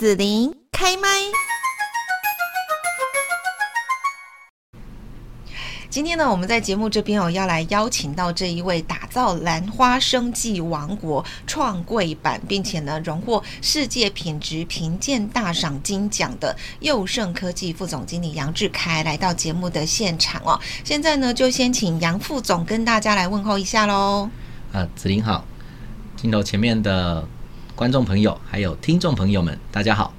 子琳开麦。今天呢，我们在节目这边哦，要来邀请到这一位打造兰花生计王国创柜版，并且呢，荣获世界品质评鉴大赏金奖的佑盛科技副总经理杨志开来到节目的现场哦。现在呢，就先请杨副总跟大家来问候一下喽。啊，子林好，镜头前面的观众朋友还有听众朋友们，大家好。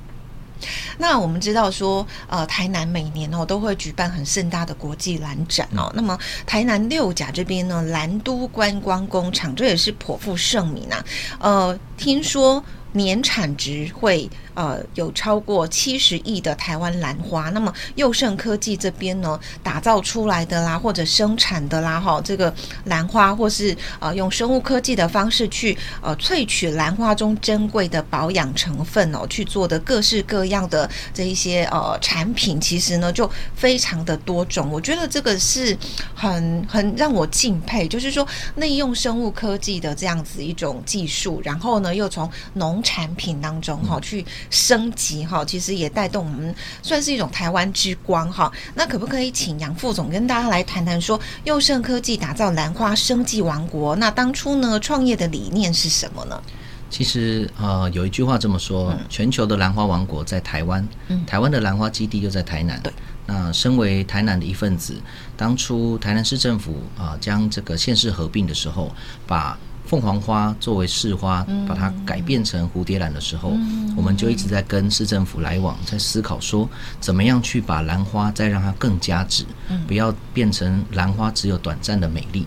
那我们知道说，呃，台南每年哦都会举办很盛大的国际兰展哦。那么台南六甲这边呢，兰都观光工厂这也是颇负盛名啊。呃，听说年产值会呃有超过七十亿的台湾兰花。那么佑盛科技这边呢，打造出来的啦，或者生产的啦，哈，这个兰花或是呃用生物科技的方式去呃萃取兰花中珍贵的保养成分哦，去做的各式各样的这一些呃产品，其实呢就非常的多种。我觉得这个是很很让我敬佩，就是说利用生物科技的这样子一种技术，然后呢又从农产品当中哈、去升级哈、其实也带动我们算是一种台湾之光哈、那可不可以请杨副总跟大家来谈谈说，佑盛科技打造兰花生计王国，那当初呢创业的理念是什么呢？其实呃，有一句话这么说：全球的兰花王国在台湾，嗯台湾的兰花基地就在台南。对。那身为台南的一份子，当初台南市政府啊、将这个县市合并的时候，把凤凰花作为市花，嗯把它改变成蝴蝶兰的时候，我们就一直在跟市政府来往，在思考说怎么样去把兰花再让它更加值，嗯不要变成兰花只有短暂的美丽。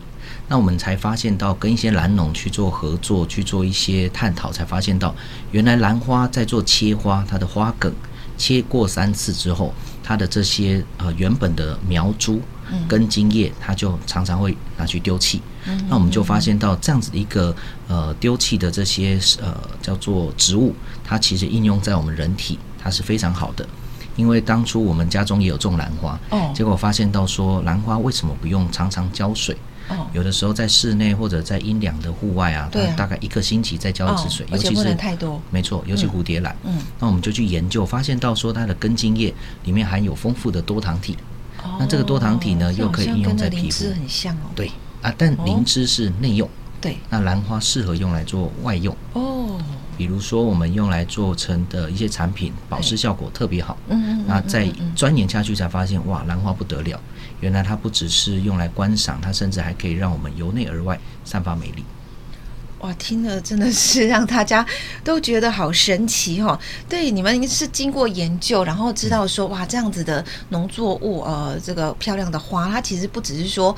那我们才发现到跟一些兰农去做合作，去做一些探讨，才发现到原来兰花在做切花，它的花梗切过三次之后，它的这些呃原本的苗株跟茎叶，它就常常会拿去丢弃。那我们就发现到这样子的一个呃丢弃的这些呃叫做植物，它其实应用在我们人体，它是非常好的。因为当初我们家中也有种兰花，哦结果发现到说兰花为什么不用常常浇水？哦，有的时候在室内或者在阴凉的户外啊，它对啊大概一个星期再浇一次水，哦尤而且其不能是太多没错，尤其蝴蝶兰。嗯嗯那我们就去研究，发现到说它的根茎叶里面含有丰富的多糖体，那这个多糖体呢哦又可以这好像应用跟在那灵皮肤芝很像哦。对啊，但灵芝是内用，对那兰花适合用来做外用，哦，比如说我们用来做成的一些产品，保湿效果特别好。嗯嗯那再钻研下去才发现，哇，兰花不得了！原来它不只是用来观赏，它甚至还可以让我们由内而外散发美丽。哇，听了真的是让大家都觉得好神奇哦。对，你们是经过研究，然后知道说，哇，这样子的农作物，呃，这个漂亮的花，它其实不只是说。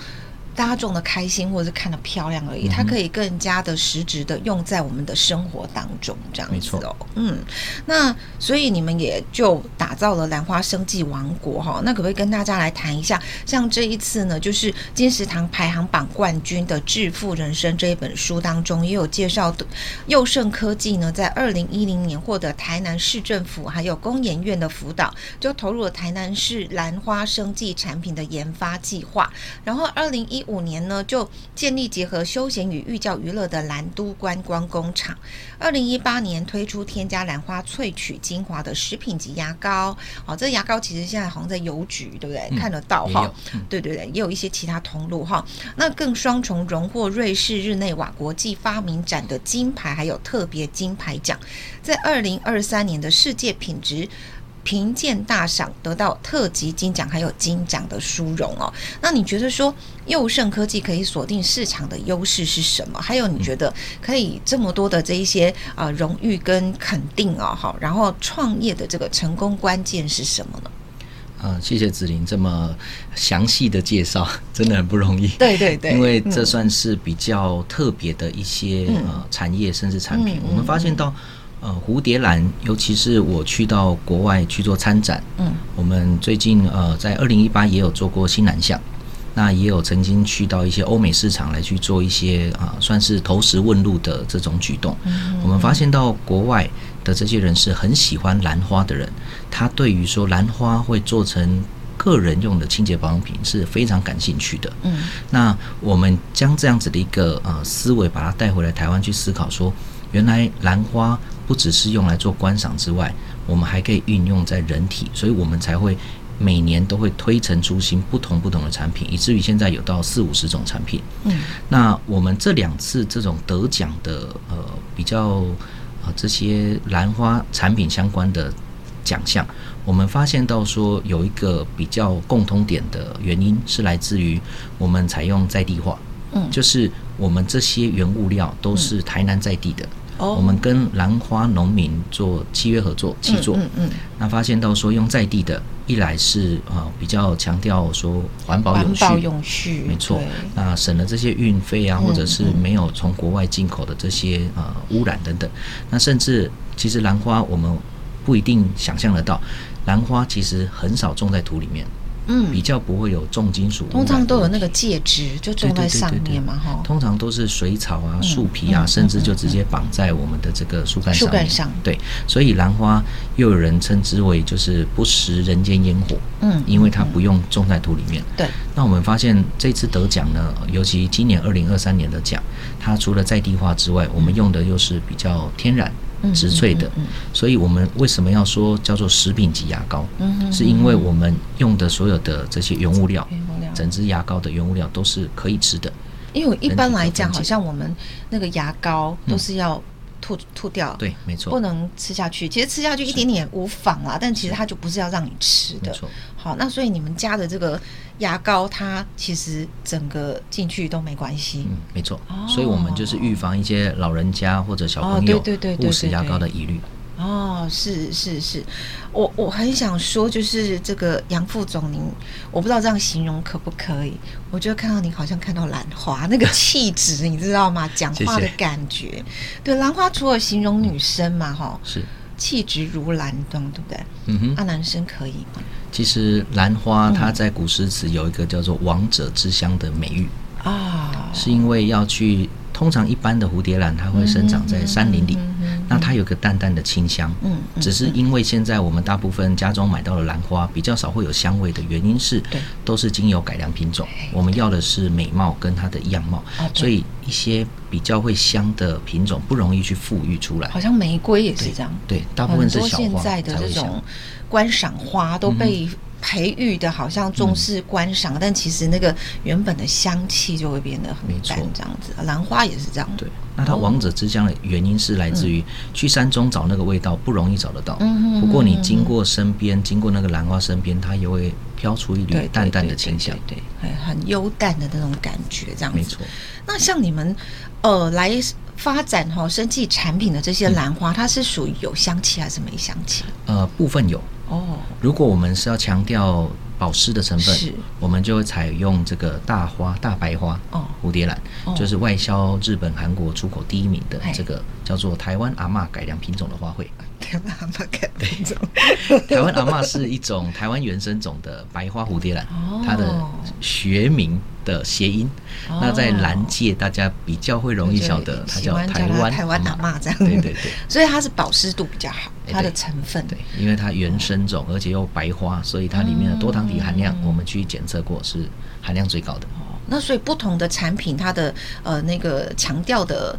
大家种的开心或者是看的漂亮而已，它可以更加的实质的用在我们的生活当中，这样没子错哦。嗯，那所以你们也就打造了兰花生计王国哈、那可不可以跟大家来谈一下？像这一次呢，就是金石堂排行榜冠军的《致富人生》这一本书当中，也有介绍的佑盛科技呢，在二零一零年获得台南市政府还有工研院的辅导，就投入了台南市兰花生计产品的研发计划。然后二零一五年呢，就建立结合休闲与寓教于乐的兰都观光工厂。二零一八年推出添加兰花萃取精华的食品级牙膏，哦，这牙膏其实现在好像在邮局，对不对？看得到嗯也哈有。嗯对对对，也有一些其他通路哈。那更双重荣获瑞士日内瓦国际发明展的金牌，还有特别金牌奖，在二零二三年的世界品质。评鉴大赏得到特级金奖，还有金奖的殊荣哦。那你觉得说佑盛科技可以锁定市场的优势是什么？还有你觉得可以这么多的这一些啊荣誉跟肯定哦，好，然后创业的这个成功关键是什么呢？呃，谢谢子琳这么详细的介绍，真的很不容易。对对 对，嗯因为这算是比较特别的一些、呃产业甚至产品，嗯我们发现到呃蝴蝶兰，尤其是我去到国外去做参展，嗯，我们最近呃在二零一八也有做过新南向，那也有曾经去到一些欧美市场来去做一些啊、算是投石问路的这种举动。我们发现到国外的这些人是很喜欢兰花的人，他对于说兰花会做成个人用的清洁保养品是非常感兴趣的。嗯，那我们将这样子的一个呃思维，把它带回来台湾去思考说，原来兰花不只是用来做观赏之外，我们还可以运用在人体，所以我们才会每年都会推陈出新，不同不同的产品，以至于现在有到四五十种产品。嗯，那我们这两次这种得奖的呃比较呃这些兰花产品相关的奖项，我们发现到说有一个比较共通点的原因是来自于我们采用在地化，嗯就是我们这些原物料都是台南在地的。哦我们跟兰花农民做契约合作、契作，嗯嗯，那发现到说用在地的，一来是啊、呃比较强调说环保环有序，保永续，没错对，那省了这些运费啊，嗯或者是没有从国外进口的这些呃污染等等，那甚至其实兰花我们不一定想象得到，兰花其实很少种在土里面，比嗯，较不会有重金属污染通的常都有那问题个介质，就种对在对对上对对面嘛，哈，通常都是水草啊、嗯树皮啊，嗯甚至就直接绑在我们的这个树干上面。树干上对，所以兰花又有人称之为就是不食人间烟火，嗯因为它不用种在土里面。对，那我们发现这次得奖呢，尤其今年二零二三年的奖，它除了在地化之外，我们用的又是比较天然嗯、植萃的，所以我们为什么要说叫做食品级牙膏？嗯哼是因为我们用的所有的这些原物料，原物料整支牙膏的原物料都是可以吃的。因为一般来讲，人体的分解好像我们那个牙膏都是要吐、吐掉，，对，没错，不能吃下去。其实吃下去一点点也无妨啦，但其实它就不是要让你吃没的。错。好，那所以你们家的这个牙膏，它其实整个进去都没关系。嗯，没错哦，所以我们就是预防一些老人家或者小朋哦友对对对对误食牙膏的疑虑。哦，是是是，我我很想说，就是这个杨副总，您我不知道这样形容可不可以？我觉得看到您好像看到兰花那个气质，你知道吗？讲谢话的谢感觉，对，兰花除了形容女生嘛，哈、是，气质如兰，对对不对？嗯哼，啊，男生可以吗？其实兰嗯花它在古诗词有一个叫做“王者之乡”的美誉，啊，是因为要去，通常一般的蝴蝶兰它会生长在山林里，嗯哼那它有个淡淡的清香。嗯嗯只是因为现在我们大部分家中买到的兰花比较少会有香味的原因是对，都是经由改良品种哎，我们要的是美貌跟它的样貌哦，对所以一些比较会香的品种不容易去富裕出来好。像玫瑰也是这样，对，大部分是很多小现花在才的会嗯这种香。观赏花都被培育的，好像重视观赏，嗯但其实那个原本的香气就会变得很没错淡，这样子。兰花也是这样，对，那它王者之乡的原因是来自于去山中找那个味道不容易找得到。嗯哼嗯不过你经过身边，经过那个兰花身边，它也会飘出一对，缕淡淡的清香。对，对对对很哎很幽淡的那种感觉，这样子。没错。那像你们呃来发展哈、生技产品的这些兰嗯花，它是属于有香气还是没香气？呃，部分有。哦，如果我们是要强调保湿的成是分，我们就会采用这个大花、大白花、哦蝴蝶兰，哦就是外销日本、韩国出口第一名的哎这个叫做台湾阿嬷改良品种的花卉。天哪，不 敢听众。台湾阿嬷是一种台湾原生种的白花蝴蝶兰哦，它的学名的谐音。哦那在兰界大家比较会容易晓对得，它喜叫欢台叫它湾台湾阿嬷这样对对对所以它是保湿度比较好，哎它的对成分对，因为它原生种，而且又白花，所以它里面的多糖体含量，嗯我们去检测过是含量最高的。那所以不同的产品，它的呃那个强调的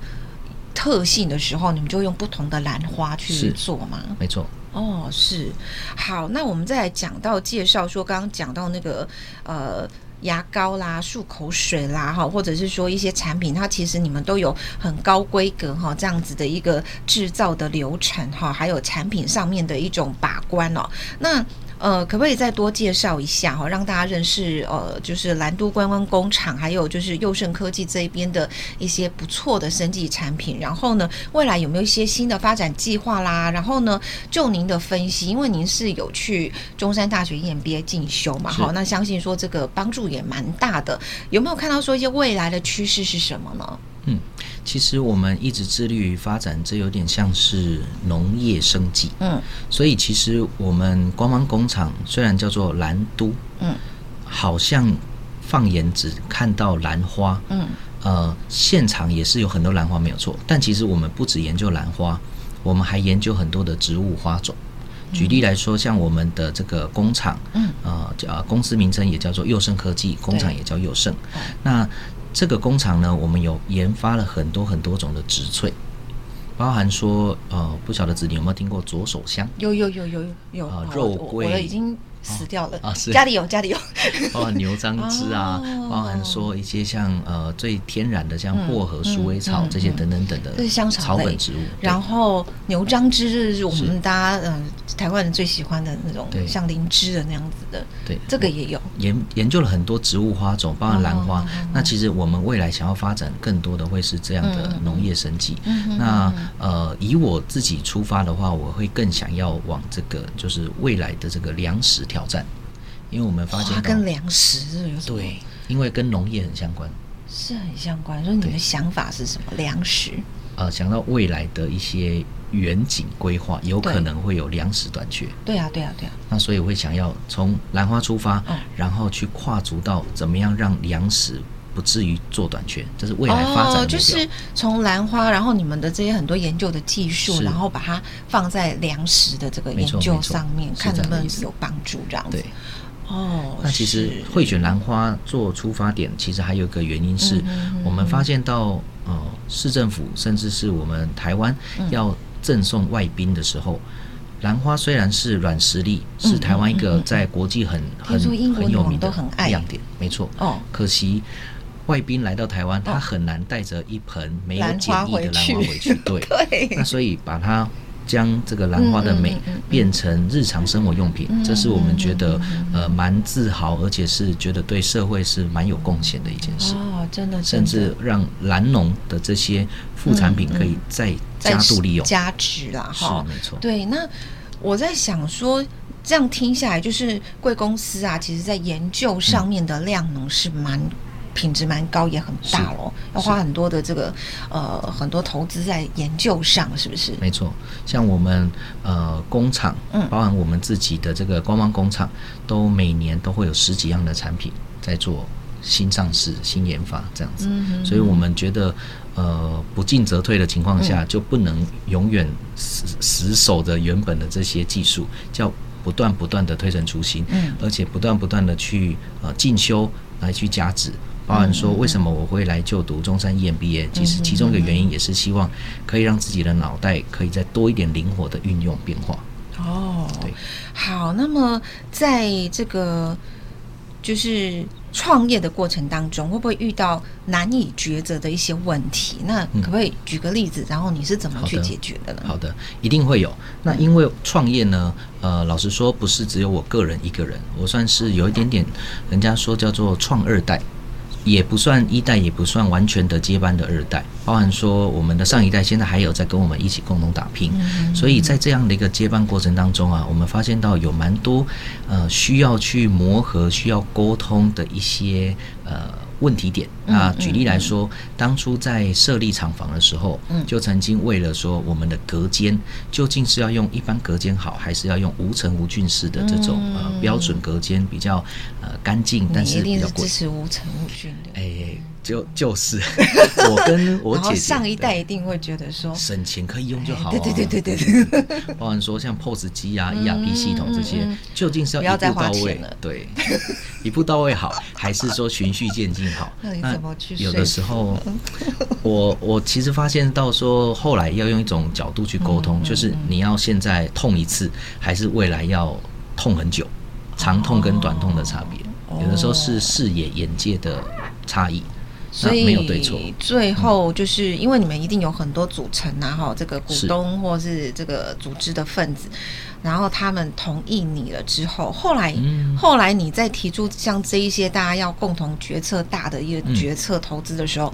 特性的时候，你们就用不同的兰花去是做嘛？没错，哦，是。好，那我们再来讲到介绍说，刚刚讲到那个呃。牙膏啦、漱口水啦，哈，或者是说一些产品，它其实你们都有很高规格哈，这样子的一个制造的流程哈，还有产品上面的一种把关哦。那呃，可不可以再多介绍一下哈，让大家认识呃，就是兰都观光工厂，还有就是佑盛科技这一边的一些不错的生技产品。然后呢，未来有没有一些新的发展计划啦？然后呢，就您的分析，因为您是有去中山大学 EMBA 进修嘛，是好，那相信说这个帮助也蛮大的。有没有看到说一些未来的趋势是什么呢？嗯，其实我们一直致力于发展，这有点像是农业生计。嗯所以其实我们观光工厂虽然叫做兰都，嗯，好像放眼只看到兰花，嗯，呃，现场也是有很多兰花没有错，但其实我们不只研究兰花，我们还研究很多的植物花种。举例来说，像我们的这个工厂，嗯，呃，叫呃公司名称也叫做佑盛科技，工厂也叫佑盛哦。那这个工厂呢，我们有研发了很多很多种的植萃，包含说呃，不晓得子女有没有听过左手香？有有有有有啊有肉我桂我的已经死掉了啊是家里有家里有，包含牛樟芝啊，哦包含说一些像呃最天然的像薄荷、鼠尾草嗯嗯这些等等等的这是香草草类本植物。对然后牛樟芝是我是们大家嗯、呃台湾人最喜欢的那种对像灵芝的那样子的，对这个也有研研究了很多植物花种，包含兰花。哦那其实我们未来想要发展更多的会是这样嗯的农业生计。那呃，以我自己出发的话，我会更想要往这个就是未来的这个粮食挑战，因为我们发现花到跟粮食是有什么对，因为跟农业很相关。是很相关。所以你对的想法是什么？粮食呃，想到未来的一些远景规划，有可对能会有粮食短缺。对啊对啊对啊，那所以我会想要从兰花出发，嗯然后去跨足到怎么样让粮食不至于做短缺，这是未来发展的目标。哦就是从兰花，然后你们的这些很多研究的技术，是然后把它放在粮食的这个没研错究没错上面，是看这能不样的能意思有帮助这样子对。。哦，那其实是会选兰花做出发点，其实还有一个原因是嗯嗯嗯我们发现到，呃，市政府甚至是我们台湾嗯要赠送外宾的时候，兰花虽然是软实力，嗯是台湾一个在国际很很听说英国很有女王名的都很爱亮点，没错。哦可惜。外宾来到台湾，他很难带着一盆没有兰检花疫的回兰花去 回去，对，对那所以把它将这个兰花的美嗯嗯嗯嗯嗯变成日常生活用品，这是我们觉得呃蛮自豪，而且是觉得对社会是蛮有贡献的一件事。哦，真的，真甚的至让兰农的这些副产品可以再加度利嗯用，再加值啦，是嗯哈，没错。对，那我在想说，这样听下来，就是贵公司啊，其实在研究上面的量能是蛮。品质蛮高，也很大咯，要花很多的这个呃很多投资在研究上，是不是？没错，像我们呃工厂，嗯包含我们自己的这个观光工厂，都每年都会有十几样的产品在做新上市、新研发这样子。嗯所以我们觉得，呃，不进则退的情况下，嗯就不能永远死死守着原本的这些技术，叫不断不断的推陈出新，嗯而且不断不断的去呃进修来去加值。包含说，为什么我会来就读中山 E EMBA？其实其中一个原因也是希望可以让自己的脑袋可以再多一点灵活的运用变化。哦，对，好，那么在这个就是创业的过程当中，会不会遇到难以抉择的一些问题？那嗯可不可以举个例子，然后你是怎么好去的解决的呢？好的，一定会有。那因为创业呢，呃，老实说，不是只有我个人一个人，我算是有一点点，人家说叫做创二代，也不算一代，也不算完全的接班的二代，包含说我们的上一代现在还有在跟我们一起共同打拼，所以在这样的一个接班过程当中啊，我们发现到有蛮多呃需要去磨合、需要沟通的一些呃。问题点。嗯那举例来说，当初在设立厂房的时候，嗯就曾经为了说我们的隔间究竟是要用一般隔间好，还是要用无尘无菌式的这种、呃标准隔间比较呃干净，但嗯你是一比定较是贵支。持无尘无菌的。哎、就就是 我跟我然后姐姐上一代对一定会觉得说，省钱可以用就好、啊对对对对对对，包含说像 POS 机啊、ERP 系统这些，嗯嗯究竟是不要要一再步花到钱位了，对， 一步到位好，还是说循序渐进好？ 那你怎么去有说的 时候，我我其实发现到说，后来要用一种角度去沟嗯通，就是你要现在痛一次，还是未来要痛很久，长痛跟短痛的差别，哦有的时候是视野、眼界的差异，那所没有对错。嗯以最后就是因为你们一定有很多组成啊，哈，这个股是东或是这个组织的分子，然后他们同意你了之后，后来、嗯后来你再提出像这一些大家要共同决策大的嗯一个决策投资的时候，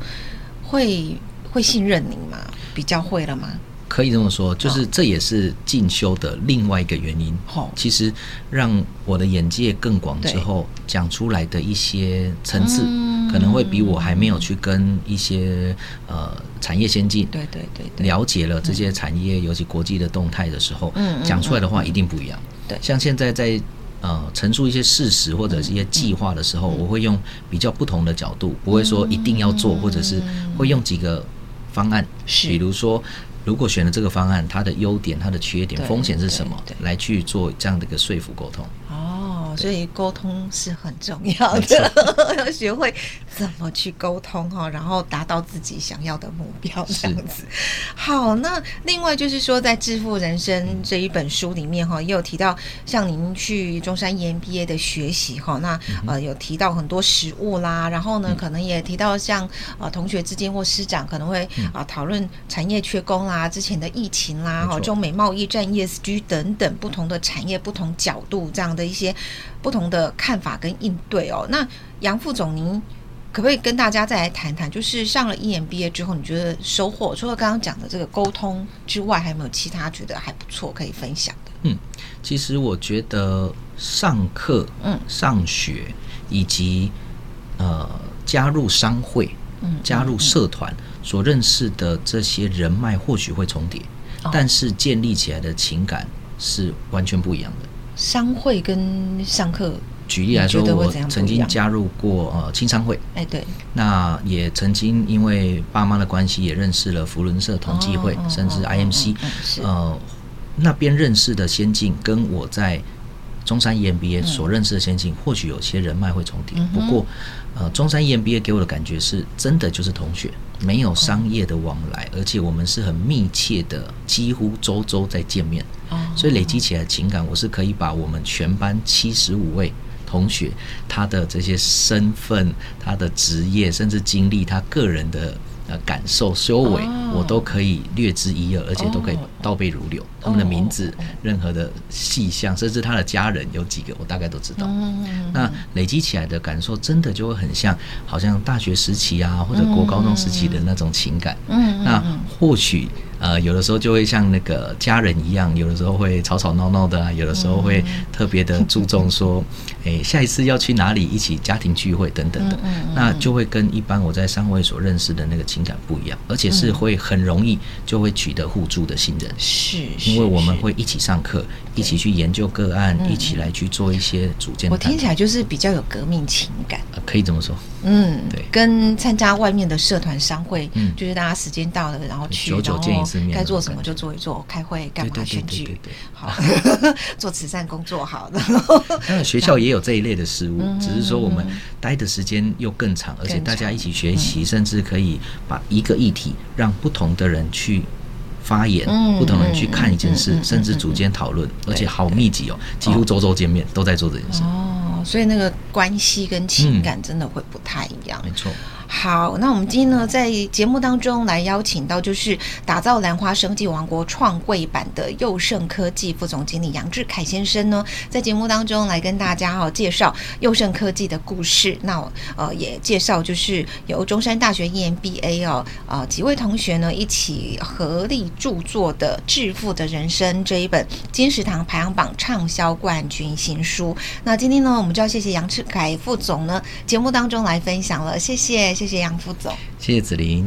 会会信任你吗？比较会了吗？可以这么说，就是这也是进修的另外一个原因。好其实让我的眼界更广之后，讲出来的一些层次，嗯可能会比我还没有去跟一些呃产业先进对对对对，了解了这些产业，尤其国际的动态的时候，嗯嗯讲出来的话一定不一样。对像现在在呃陈述一些事实或者是一些计划的时嗯候，我会用比较不同的角度，不会说一定要做，或者是会用几个方案，嗯是比如说。如果选了这个方案，它的优点、它的缺点、对风险是什么对，来去做这样的一个说服沟通。哦，哦，所以沟通是很重要的， 要学会怎么去沟通哈，然后达到自己想要的目标这样子。好，那另外就是说，在《致富人生》这一本书里面哈，也有提到像您去中山 E EMBA 的学习哈，那呃有提到很多实物啦，然后呢，可能也提到像呃同学之间或师长可能会啊讨论产业缺工啦、之前的疫情啦、没错哈中美贸易战、ESG 等等不同的产业、不同角度这样的一些不同的看法跟应对哦。那杨副总，您可不可以跟大家再来谈谈，就是上了 E EMBA 之后，你觉得收获除了刚刚讲的这个沟通之外，还有没有其他觉得还不错可以分享的？其实我觉得上课、嗯上学以及呃加入商会、嗯加入社团所认识的这些人脉或许会重叠，哦但是建立起来的情感是完全不一样的。商会跟上课，举例来说，你觉得会我怎样不一样曾经加入过呃青商会，哎，对，那也曾经因为爸妈的关系，也认识了福伦社同济会，哦哦甚至哦 IMC 哦。哦是呃，那边认识的先进，跟我在中山 E EMBA 所认识的先进，或许有些人脉会重叠。嗯不哼过，呃，中山 EMBA 给我的感觉是真的就是同学，没有哦商业的往来，而且我们是很密切的，几乎周周在见面。哦所以累积起来的情感，我是可以把我们全班七十五位同学他的这些身份、他的职业，甚至经历、他个人的呃感受、修为，哦我都可以略知一二，而且都可以哦倒背如流。他们的名字哦哦、任何的细项，甚至他的家人有几个，我大概都知道。嗯，那累积起来的感受，真的就会很像，好像大学时期啊，或者国高中时期的那种情感。嗯，那或许呃，有的时候就会像那个家人一样，有的时候会吵吵闹闹的啊，有的时候会嗯特别的注重说， 诶、下一次要去哪里一起家庭聚会等等的，嗯嗯那就会跟一般我在商会所认识的那个情感不一样，而且是会很容易就会取得互助的信任。是，因为是我们是会一起上课，一起去研究个案，一起来去做一些组建嗯我的探听讨。起来就是比较有革命情感。呃可以这么说，嗯，对跟参加外面的社团商会，嗯就是大家时间到了，然后去，久久见一次面然后该那种做什么感就做一做，开会干对嘛对对选对对举，对。好， 做慈善工作好，然后当然，学校也有这一类的事物，嗯只是说我们待的时间又更长，而且大家一起学习，嗯甚至可以把一个议题让不同的人去发言，嗯不同人去看一件事，嗯嗯嗯甚至组间讨论，而且好密集哦，几乎周周见面、都在做这件事，哦， 所以那个关系跟情嗯感真的会不太一样。没错。好，那我们今天呢，在节目当中来邀请到就是打造兰花生技王国创柜版的佑盛科技副总经理杨志凯先生呢，在节目当中来跟大家哦介绍佑盛科技的故事。那我呃也介绍就是由中山大学 EMBA 哦呃几位同学呢一起合力著作的《致富的人生》这一本金石堂排行榜畅销冠军新书。那今天呢，我们就要谢谢杨志凯副总呢，节目当中来分享了，谢谢，谢谢杨副总。谢谢子琳。